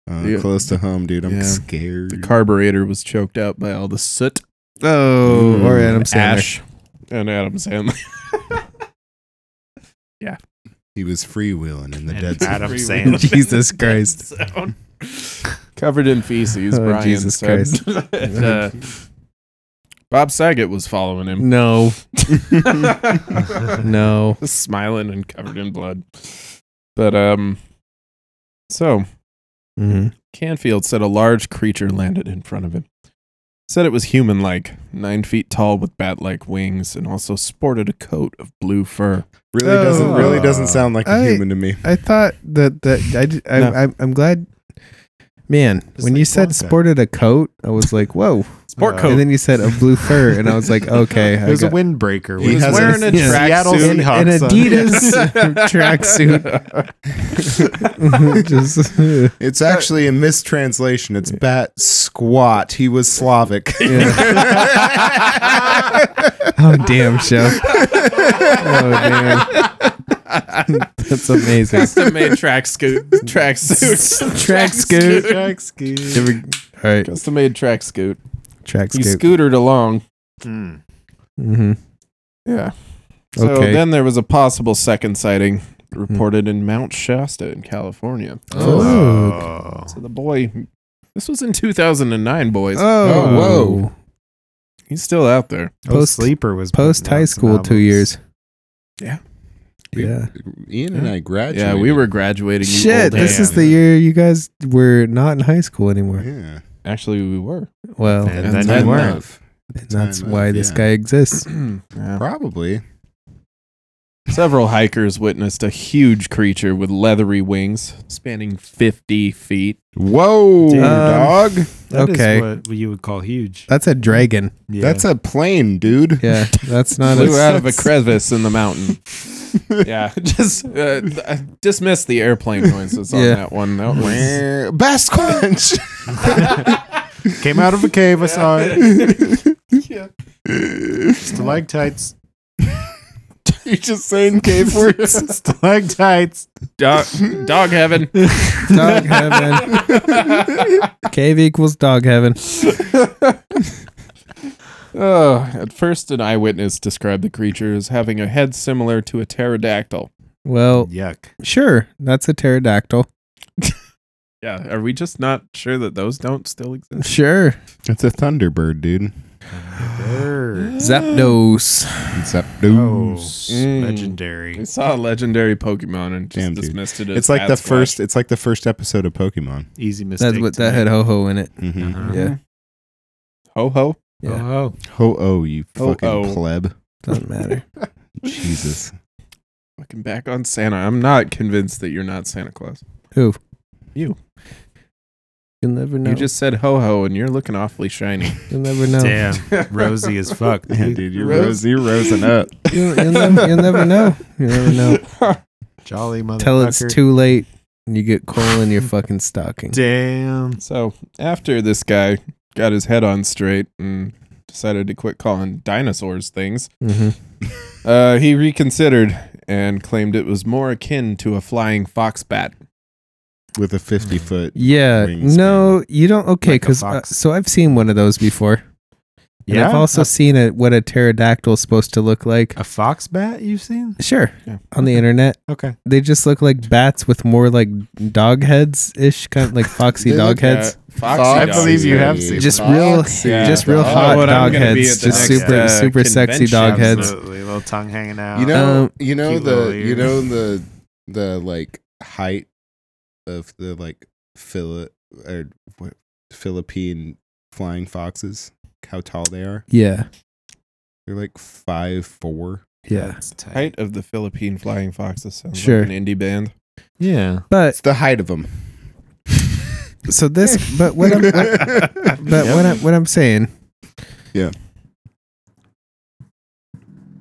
Uh,
Yeah.
Close to home, dude. I'm
Yeah.
scared.
The carburetor was choked out by all the soot,
Oh, or
Mm,
Adam Sandler.
ash, and Adam Sandler.
he was freewheeling in the
And
dead
Adam
Freewheeling.
Sandler.
Jesus Christ.
Sound. Covered in feces,
Oh,
Brian
Jesus
said. And, uh, Bob Saget was following him,
No, no.
Mm. smiling and covered in blood. But um, so
Mm-hmm.
Canfield said a large creature landed in front of him. Said it was human like, nine feet tall with bat like wings, and also sported a coat of blue fur.
Really doesn't
Oh.
really doesn't sound like a
I-
human to me.
I thought that that I, d- I,
No.
I am glad. Man,
Just
when
like
you said
Blanca.
sported a coat, I was like, whoa.
Sport
Uh,
coat.
And then you said a blue fur, and I was like, okay.
It
I
was a
got-
windbreaker.
He
He
has
was
a-
wearing a
yeah.
Seattle
An-
Seahawks.
an
on-
Adidas tracksuit. Just
It's actually a mistranslation. It's bat squat. He was Slavic.
oh damn, show. Oh damn, that's amazing.
Custom made track scoot. Track suit.
Track scoot.
Track ski.
Here we- All right,
Custom made track scoot.
track
He
scoot.
scootered along.
Mm.
Mm-hmm.
Yeah. So
Okay.
then there was a possible second sighting reported in Mount Shasta in California.
Oh.
So the boy, this was in 2009, boys.
Oh, whoa.
He's still out there.
Post-
Post sleeper was
Post
putting out
high
some
school, two
albums.
years.
Yeah.
Yeah.
Ian and I graduated.
Yeah, we were graduating. you
Shit,
old
this
man.
is the year you guys were not in high school anymore.
Yeah.
Actually, we were.
Well,
And
and
then
Time
you were.
enough.
that's
Time
why
out,
this
yeah.
guy exists.
Yeah.
Probably.
Several hikers witnessed a huge creature with leathery wings spanning 50 feet.
Whoa,
Dude. Um,
dog.
That is
Okay.
what you would call huge.
That's a dragon.
Yeah.
That's a plane, dude.
Yeah, that's not
flew
a.
out of a crevice in the mountain. yeah, just uh, th- dismiss the airplane noises on
Yeah.
that one. That was,
Wah, Bat squatch.
came out of a cave. I saw it. Stalactites.
You're just saying cave words.
Stalactites.
Dog, dog heaven.
Dog heaven. Cave equals dog heaven.
Oh, at first, an eyewitness described the creature as having a head similar to a pterodactyl.
Well,
Yuck.
sure. That's a pterodactyl.
Yeah, are we just not sure that those don't still exist?
Sure.
It's a thunderbird, dude.
Bird.
Zapdos.
It's up
Oh,
Mm.
legendary.
We saw a legendary Pokemon and just
Damn, dude.
dismissed it as
It's like the
Sasquatch.
first. It's like the first episode of Pokemon.
Easy mistake.
That's what
to
that had
make.
ho
Oh,
ho in it.
Mm-hmm.
Uh-huh.
Yeah.
Ho ho.
Yeah.
Oh,
Ho oh, you fucking
Ho-oh.
pleb!
Doesn't matter.
Jesus,
Fucking back on Santa. I'm not convinced that you're not Santa Claus.
Who?
You.
You'll never know.
You just said ho ho and you're looking awfully shiny.
You'll never know.
damn. Rosy as fuck.
yeah, dude, you're
Rose-
rose, you're rosing up.
You'll, you'll, never, you'll never know. You'll never know.
Jolly motherfucker.
Till it's too late and you get coal in your fucking stocking.
Damn.
so after this guy got his head on straight and decided to quit calling dinosaurs things,
hmm
Mm-hmm.
uh, he reconsidered and claimed it was more akin to a flying fox bat.
with a 50 foot.
Yeah.
Wingspan.
No, you don't. Okay,
Like a
because
fox. Uh.
so I've seen one of those before. And I've also seen a, what a pterodactyl is supposed to look like.
A fox bat you've seen?
Sure,
Yeah.
on the internet,
Uh. Okay.
they just look like bats with more like dog heads ish, kind of like foxy
They
dog
uh,
look,
heads.
Foxy
Fox-
I
dogs.
believe you have seen
Just
Foxy
real,
Yeah.
just real
dog.
hot
Oh, and I'm
dog
gonna be
heads,
at the
just
next,
super
uh,
super sexy dog
convention.
heads.
Absolutely. Little tongue hanging out.
You know,
Um,
you know
Cute
the,
little
you
ears.
know the, the like height of the like Phil or what, Philippine flying foxes. How tall they are?
Yeah,
They're like five four.
yeah,
That's tight.
Height of the Philippine Flying Foxes sounds
Sure.
like an indie band.
Yeah.
but
It's the height of them.
so this, but what I'm, what, but what I'm, what I'm saying,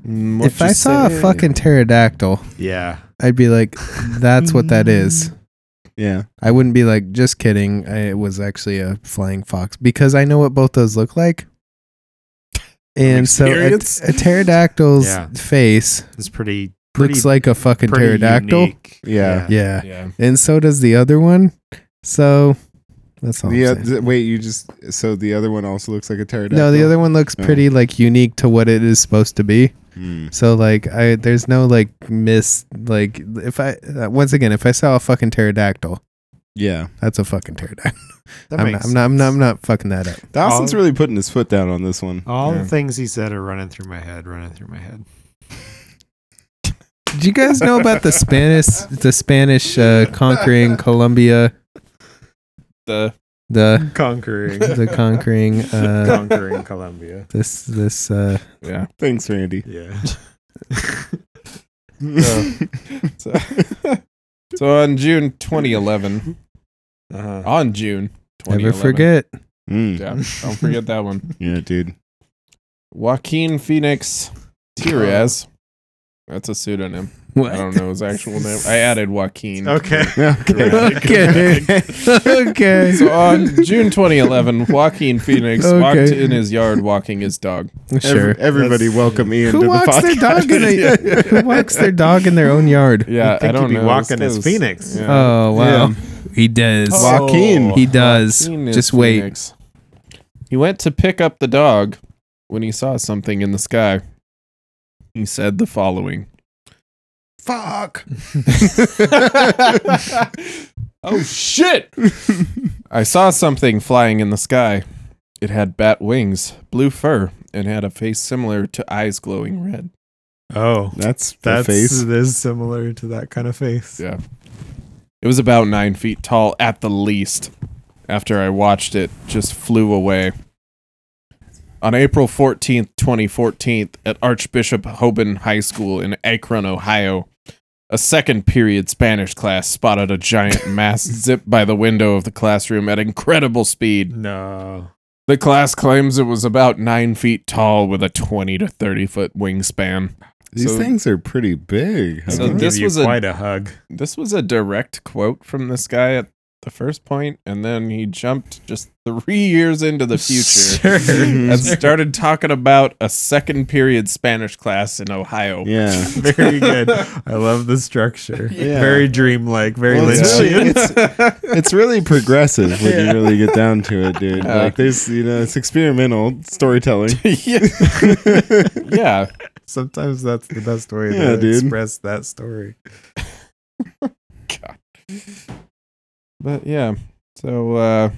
Mm,
if
what
I
you
saw
say?
a fucking pterodactyl,
Yeah.
I'd be like, that's what that
Mm.
is.
yeah,
I wouldn't be like, just kidding. I, it was actually a flying fox because I know what both those look like. And so a,
Experience?
a pterodactyl's
Yeah.
face
It's pretty. pretty
looks like a fucking
pretty
pterodactyl.
unique.
Yeah.
Yeah.
Yeah.
And so does the other one. So that's all.
yeah.
Oh, I'm saying.
th- wait, you just so the other one also looks like a pterodactyl.
no, the other one looks
No.
pretty like unique to what it is supposed to be.
Mm.
So like I there's no like miss like if I uh, once again if I saw a fucking pterodactyl,
Yeah,
that's a fucking pterodactyl.
That
I'm
makes
not, I'm not I'm not I'm not fucking that up.
Dawson's
All-
really putting his foot down on this one.
All
Yeah.
the things he said are running through my head, running through my head.
Did you guys know about the Spanish the Spanish uh, conquering Colombia
The
the
Conquering.
the conquering uh,
Conquering Colombia.
this this uh,
yeah.
Thanks, Randy.
Yeah.
So, so on June 2011,
Uh-huh.
on June 2011,
never forget
Mm.
Yeah, don't forget that one.
Yeah, dude.
Joaquin Phoenix Tirez. That's a pseudonym. I don't know his actual name. I added Joaquin.
Okay.
Yeah, okay.
okay okay
So on June 2011, Joaquin Phoenix
Okay.
walked in his yard walking his dog.
sure.
Every- everybody, welcome Ian to
Who
the
walks their
podcast.
dog in a, Who walks their dog in their own yard?
Yeah,
You'd think
I don't
he'd be
know.
walking his
This is-
Phoenix.
yeah. Oh.
Oh wow, he does.
Walk- Joaquin.
He does.
is
Just wait.
Phoenix. He went to pick up the dog when he saw something in the sky. He said the following.
Fuck.
oh shit! I saw something flying in the sky. It had bat wings, blue fur, and had a face similar to eyes glowing red.
Oh.
That's the
That's
face.
it is similar to that kind of face.
Yeah. It was about nine feet tall at the least. After I watched it, just flew away. On April 14th, 2014, at Archbishop Hoban High School in Akron, Ohio, a second period Spanish class spotted a giant mass zip by the window of the classroom at incredible speed.
No.
The class claims it was about nine feet tall with a 20 to 30 foot wingspan.
These
So-
things are pretty big.
So
huh?
this
give you
was a-
quite a hug.
This was a direct quote from this guy at the first point, and then he jumped just three years into the future and started talking about a second period Spanish class in Ohio.
Yeah.
Very good. I love the structure.
Yeah.
Very dreamlike. Very
Well, it's
Lynchian.
really- It's really progressive when you really get down to it, dude.
Yeah.
Like there's, you know, it's experimental storytelling.
yeah. yeah.
Sometimes that's the best way
Yeah,
to
dude.
express that story.
But yeah, so uh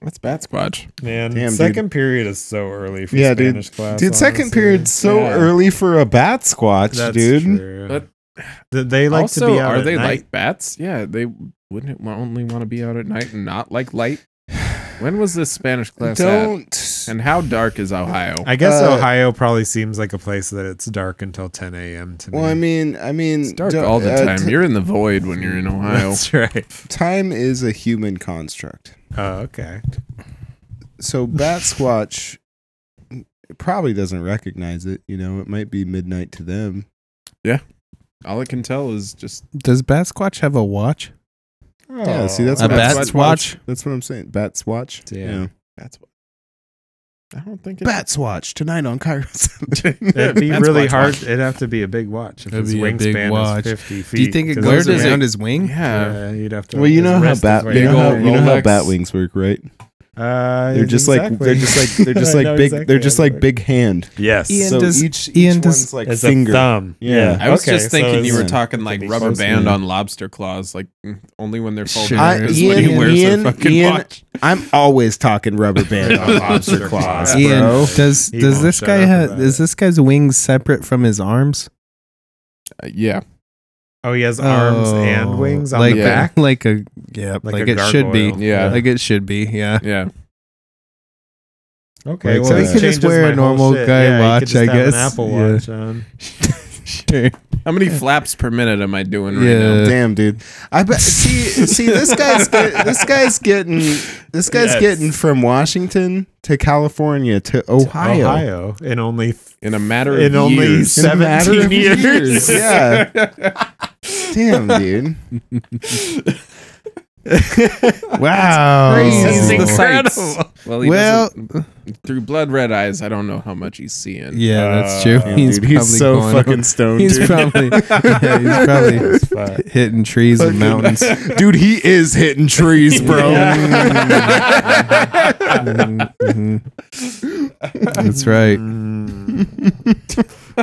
that's Bat Squatch.
Man,
Damn, dude.
second period is so early for
Yeah, dude.
Spanish class.
Dude, second
honestly.
period's so
Yeah.
early for a bat squatch,
That's
dude.
true.
But-
Th- they like
also,
to be out
are
at
they
night.
like bats? Yeah, they wouldn't wa- only want to be out at night and not like light. When was this Spanish class at?
Don't.
And how dark is Ohio?
I guess
Uh,
Ohio probably seems like a place that it's dark until 10 a.m. to me.
Well, I mean, I mean,
it's dark
don't-
all the
uh,
time.
t-
You're in the void when you're in Ohio.
that's right.
time is a human construct.
Oh, okay.
So bat squatch probably doesn't recognize it. You know, it might be midnight to them.
All it can tell is just
Does Bat Squatch have a watch?
Yeah, see, that's
a
what
bat
bat
swatch?
That's what I'm saying. Bat swatch.
Yeah.
bats. I don't think it,
Bat swatch tonight on Kairos.
It'd be
Bat
really
Squatch.
hard. It'd have to be a big watch. If
It'd
his
be a big
wingspan
watch.
is 50 feet.
Do you think it
'cause
goes
his
around
wing-
his wing?
Yeah.
Yeah, you'd have to.
well, you
his
know how
wrist is
bat
way
you know
down.
how,
old
you know how
Rolex.
bat wings work, right?
Uh,
They're just like
exactly.
they're just like they're just
I
like
know
big
exactly
they're
how
just
they
like
work.
big hand.
Yes.
Ian
so
does-
each each
Ian does-
one's like
As
finger.
a thumb.
Yeah.
I was
Okay,
just
so
thinking you
it's-
were talking like
be
rubber
close.
band
Yeah.
on lobster claws, like mm, only when they're folded
Sure.
Uh,
up
I-
is when he
Ian-
wears
Ian-
a fucking
Ian-
watch.
I'm always talking rubber band on lobster
Lobster
claws,
claws.
bro.
Ian, does
He
does
won't
this
shut
guy
up
have
about
is
it.
this guy's wings separate from his arms?
Uh, yeah,
Oh, he has arms
Oh,
and wings on
like
the
a-
back.
like a yeah, like,
Like a
it should be,
gargoyle.
Yeah.
like it should be, yeah.
yeah.
Okay,
Like,
well,
so
that
he could just
changes
wear a
my whole
normal
shit.
guy
Yeah, he could
watch,
just
I
have an
guess.
Apple
Yeah.
Watch on.
sure.
How many flaps per minute am I doing right
Yeah.
now?
Oh, Damn, dude. I bet. See, see, this guy's get, this guy's getting this guy's
Yes.
getting from Washington to California to Ohio.
Ohio in only
In a matter of
in only
years.
In a matter
seventeen
of years.
years.
Yeah. Damn, dude.
Wow.
crazy. This is the
Well, he
Well-
doesn't- through blood red eyes, I don't know how much he's seeing.
Yeah, that's true.
Damn, dude, he's so
going-
fucking stoned.
He's
dude.
probably yeah, he's probably
Fuck.
hitting trees and mountains.
dude, he is hitting trees, bro.
Mm, mhm. That's right.
Mm.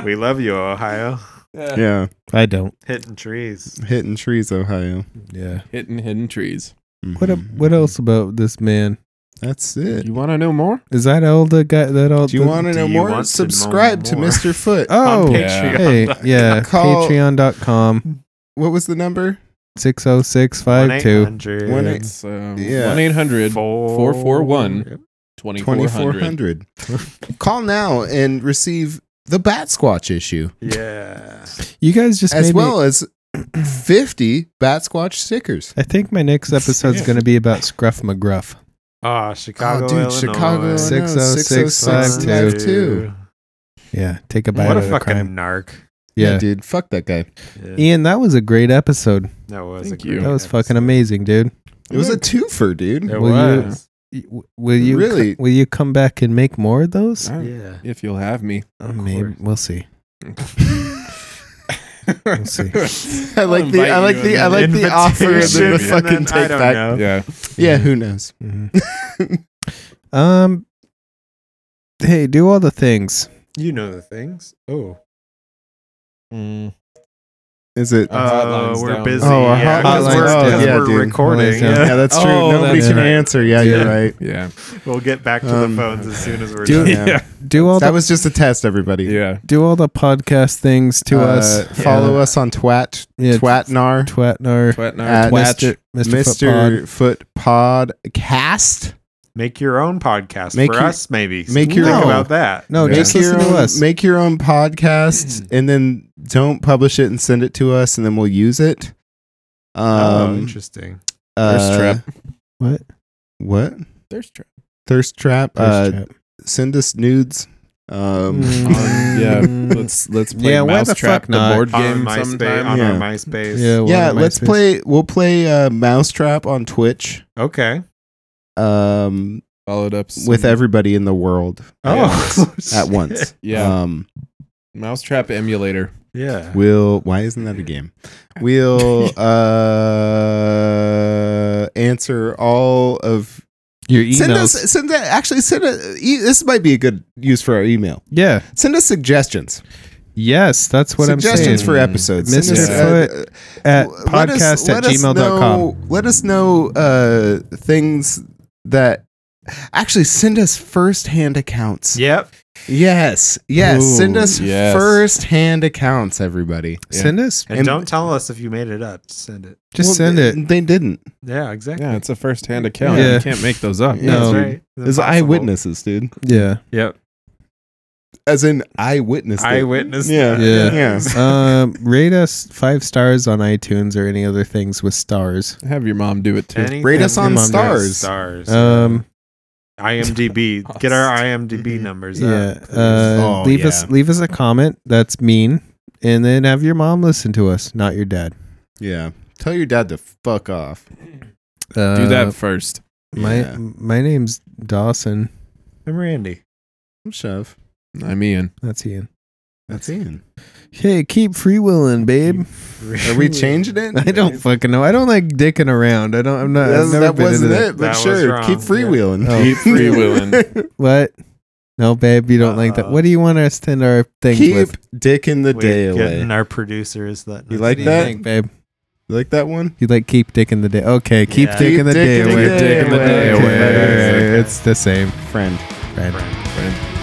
we love you, Ohio.
yeah,
I don't.
Hitting trees.
hitting trees, Ohio. Mm-hmm.
Yeah.
Hitting hidden trees.
What a, what else about this man?
That's it.
You want to know more?
Is that all the guy that all
Do you
the-
want to
Do
know
you
more?
want to know
Subscribe to
more?
Mr. Foot.
Oh,
on
yeah.
hey, yeah.
Call-
Patreon.com
What was the number?
60652.
1-800
One eight-
It's um,
Yeah.
1 800 441 2400.
2400. Call now and receive the Bat Squatch issue,
Yeah.
You guys just
as
made me
well as 50 Bat Squatch stickers.
I think my next episode's going to be about Scruff McGruff.
Ah,
Oh,
Chicago, Illinois.
Chicago,
Six-
Illinois,
60652.
60652.
Yeah, take a bite
What a
out of the
fucking
crime.
narc.
Yeah.
Yeah.
dude. Fuck that guy.
Yeah.
Ian, that was a great episode.
that was
Thank
a
you.
great
That was
episode.
fucking amazing, dude.
It was a twofer, dude.
It
Will you-
was.
Y- w- Will you co-
Really?
will you come back and make more of those?
Uh,
Yeah.
If you'll have me.
Uh, Maybe
course.
we'll see. We'll see.
I like the I
I'll invite you
like the
and
I like the offer and then the
Invitation, and
fucking
then I
take
don't
back.
know.
Yeah.
Yeah, who knows?
Mhm. um Hey, do all the things.
You know the things. Oh.
Mm.
Is it?
Our
Uh,
hotline's
we're
down.
busy.
Oh, our
yeah, 'cause
hotline's
we're,
down.
'cause
Yeah,
we're
dude.
recording.
Hotline's down.
Yeah.
yeah, that's true.
Oh,
Nobody
that's
can
right.
answer. Yeah, you're
Yeah.
right.
Yeah.
We'll get back to
Um,
the phones as soon as we're
Do-
done.
Yeah.
Do all
That
the
was just a test, everybody.
Yeah.
do all the podcast things to
Uh,
us.
Follow
Yeah.
us on Twat
Yeah,
Twatnar
Twatnar.
Uh,
Twatnar.
Mr.
Twatch.
Mr. Footpod.
Mr. Foot Podcast.
Make your own podcast
Make
for
your-
us, maybe.
make
your
Think
own.
about that.
No,
Yeah.
just
Make
listen
your,
to
own,
us. Mm.
make your own podcast and then don't publish it and send it to us and then we'll use it.
oh,
Um,
interesting.
uh,
Thirst Trap.
what?
What?
Thirst Trap.
Thirst Trap.
Thirst
uh,
trap.
Send us nudes. Um,
Mm.
yeah, let's let's play
Yeah, why the
Mousetrap,
fuck
the,
not?
board game
on MySpace.
sometime.
On
Yeah.
our MySpace.
yeah, well,
yeah,
it might
let's
be.
play. We'll play uh, Mousetrap on Twitch
Okay.
um,
Followed up some-
with everybody in the world
Oh.
at once.
yeah
Um,
Mousetrap emulator.
Yeah.
we'll. Why isn't that a game? We'll uh, answer all of.
your emails.
Send us. Send that. Actually, send a, e- This might be a good use for our email.
yeah.
Send us suggestions.
Yes, that's what
suggestions
I'm saying.
for episodes.
Mr.
Send us,
Foot at
L- let us-
podcast at
let us
gmail.com.
know- Let us know uh, things that actually send us firsthand accounts.
Yep.
Yes, yes,
Ooh,
send us
yes.
firsthand accounts, everybody.
Yeah.
Send us.
And,
And-
don't tell us if you made it up. Send it.
Just
Well,
send
they-
it.
They didn't.
Yeah, exactly.
Yeah, it's a first-hand account.
Yeah.
You can't make those up.
Yeah.
No.
That's right.
As
impossible.
eyewitnesses, dude.
Yeah.
Yep.
As in eyewitness.
Eyewitness.
Yeah.
Yeah.
Yeah.
um, rate us five stars on iTunes or any other things with stars.
Have your mom do it too.
Anything
Rate us on
that has
stars. Uh,
Stars.
Um,
IMDb. Get our IMDb
Mhm.
numbers
yeah.
up.
Uh,
Oh,
leave us
yeah.
leave us a comment that's mean, and then have your mom listen to us, not your dad.
Yeah. Tell your dad to fuck off.
Uh,
do that first.
My
Yeah.
my name's Dawson.
I'm Randy.
I'm Chev.
I'm Ian.
That's Ian.
That's Ian.
Hey, keep free willing, babe.
Are we changing it?
I don't fucking know. I don't like dicking around. I don't. I'm not.
That,
I've never
that
been
wasn't
into
it, but
That was
sure.
wrong,
Keep
yeah.
freewheeling.
Oh.
Keep freewheeling.
What? No, babe, you don't like that.
Uh-uh.
What do you want us to end our things
Keep
with?
dicking the
We're
day away.
getting our producers that
You
What
like
do you
that?
think, babe?
You like that one?
You like keep dicking the day? Okay, keep
Yeah.
dicking
Keep
the day
dicking the
away.
day
Dicking the
away.
day
Okay.
away.
Okay.
It's the same.
Friend.
Right.
Friend.
Friend.